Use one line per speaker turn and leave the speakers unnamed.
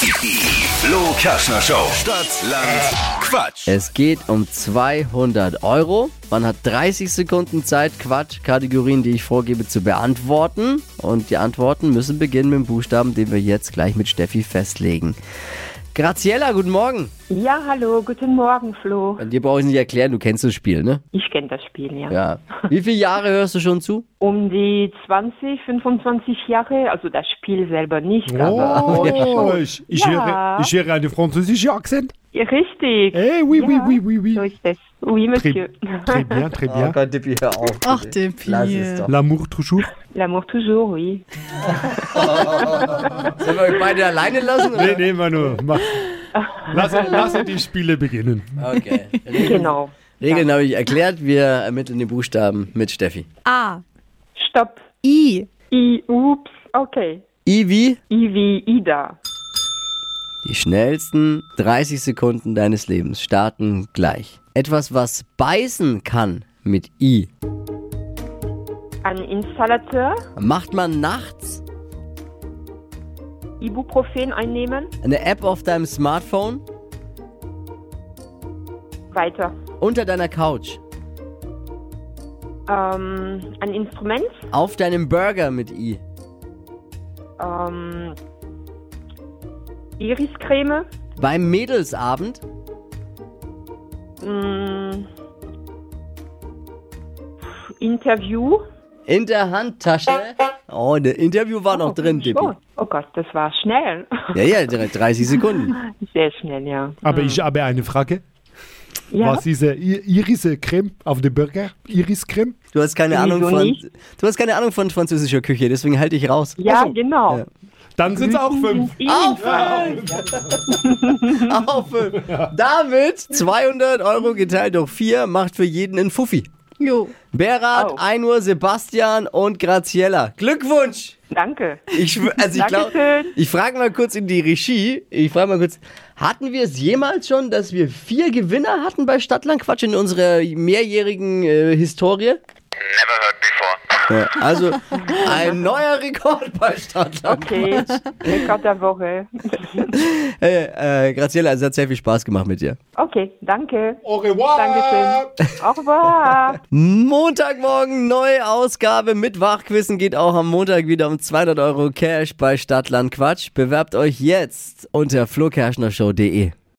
Die Flo Kaschner Show. Stadt, Land, Quatsch.
Es geht um 200 Euro. Man hat 30 Sekunden Zeit, Quatsch-Kategorien, die ich vorgebe, zu beantworten. Und die Antworten müssen beginnen mit dem Buchstaben, den wir jetzt gleich mit Steffi festlegen. Graziella, guten Morgen.
Ja, hallo, guten Morgen, Flo.
Dir brauche ich nicht erklären, du kennst das Spiel, ne?
Ich kenne das Spiel, ja.
Ja. Wie viele Jahre hörst du schon zu?
Um die 20, 25 Jahre, also das Spiel selber nicht, aber
Oh, ich, ich,
Ja.
höre, ich höre einen französischen Akzent.
Ja, richtig.
Hey, oui, oui,
Ja,
oui, oui,
So
oui.
ist es. Oui,
Très,
monsieur.
très bien, très bien.
Gott, Dippi, hör auf.
Ach, Dippi. Lass es doch.
L'amour toujours.
L'amour toujours, oui.
Sollen wir euch beide alleine lassen?
Nee, nee, Manu, mach. Lass, lass die Spiele beginnen.
Okay.
Genau.
Regeln habe ich erklärt. Wir ermitteln die Buchstaben mit Steffi.
A.
Stopp.
Ah, I.
I, ups, okay.
I wie?
I wie Ida.
Die schnellsten 30 Sekunden deines Lebens starten gleich. Etwas, was beißen kann mit I.
Ein Installateur.
Macht man nachts
Ibuprofen einnehmen.
eine App auf deinem Smartphone?
Weiter.
Unter deiner Couch?
Ähm, ein Instrument.
Auf deinem Burger mit I?
Ähm, Iriscreme.
Beim Mädelsabend?
Mm. Interview.
In der Handtasche? Oh, das Interview war noch drin, Dippi.
Oh, oh Gott, das war schnell.
Ja, ja, 30 Sekunden.
Sehr schnell, ja.
Aber ich habe eine Frage.
Ah. Ja,
Was ist äh, I- Iris-Creme auf dem Burger? Iris-Creme?
Du hast keine
Wieso
Ahnung von,
nicht?
du hast keine Ahnung von französischer Küche, deswegen halte ich raus.
ja
Ach so.
genau.
Ja.
Dann sind es auch fünf.
Aufhören! Aufhören! Damit 200 Euro geteilt durch 4 macht für jeden einen Fuffi.
Jo.
Berat,
Au.
1 Uhr, Sebastian und Graziella. Glückwunsch!
Danke.
Ich, schwör- also ich glaube,
Dankeschön.
ich frage mal kurz in die Regie. Ich frage mal kurz, hatten wir es jemals schon, dass wir vier Gewinner hatten bei Stadtlandquatsch in unserer mehrjährigen äh, Historie?
Never heard before.
Ja, also ein neuer Rekord bei Stadtland.
Okay, Rekord der Woche.
Hey, äh, Graziella, es hat sehr viel Spaß gemacht mit dir.
Okay, danke.
Au revoir.
Dankeschön. Au revoir.
Montagmorgen, neue Ausgabe mit Wachquissen geht auch am Montag wieder um 200 Euro Cash bei Stadtland Quatsch. Bewerbt euch jetzt unter flokerschnershow.de.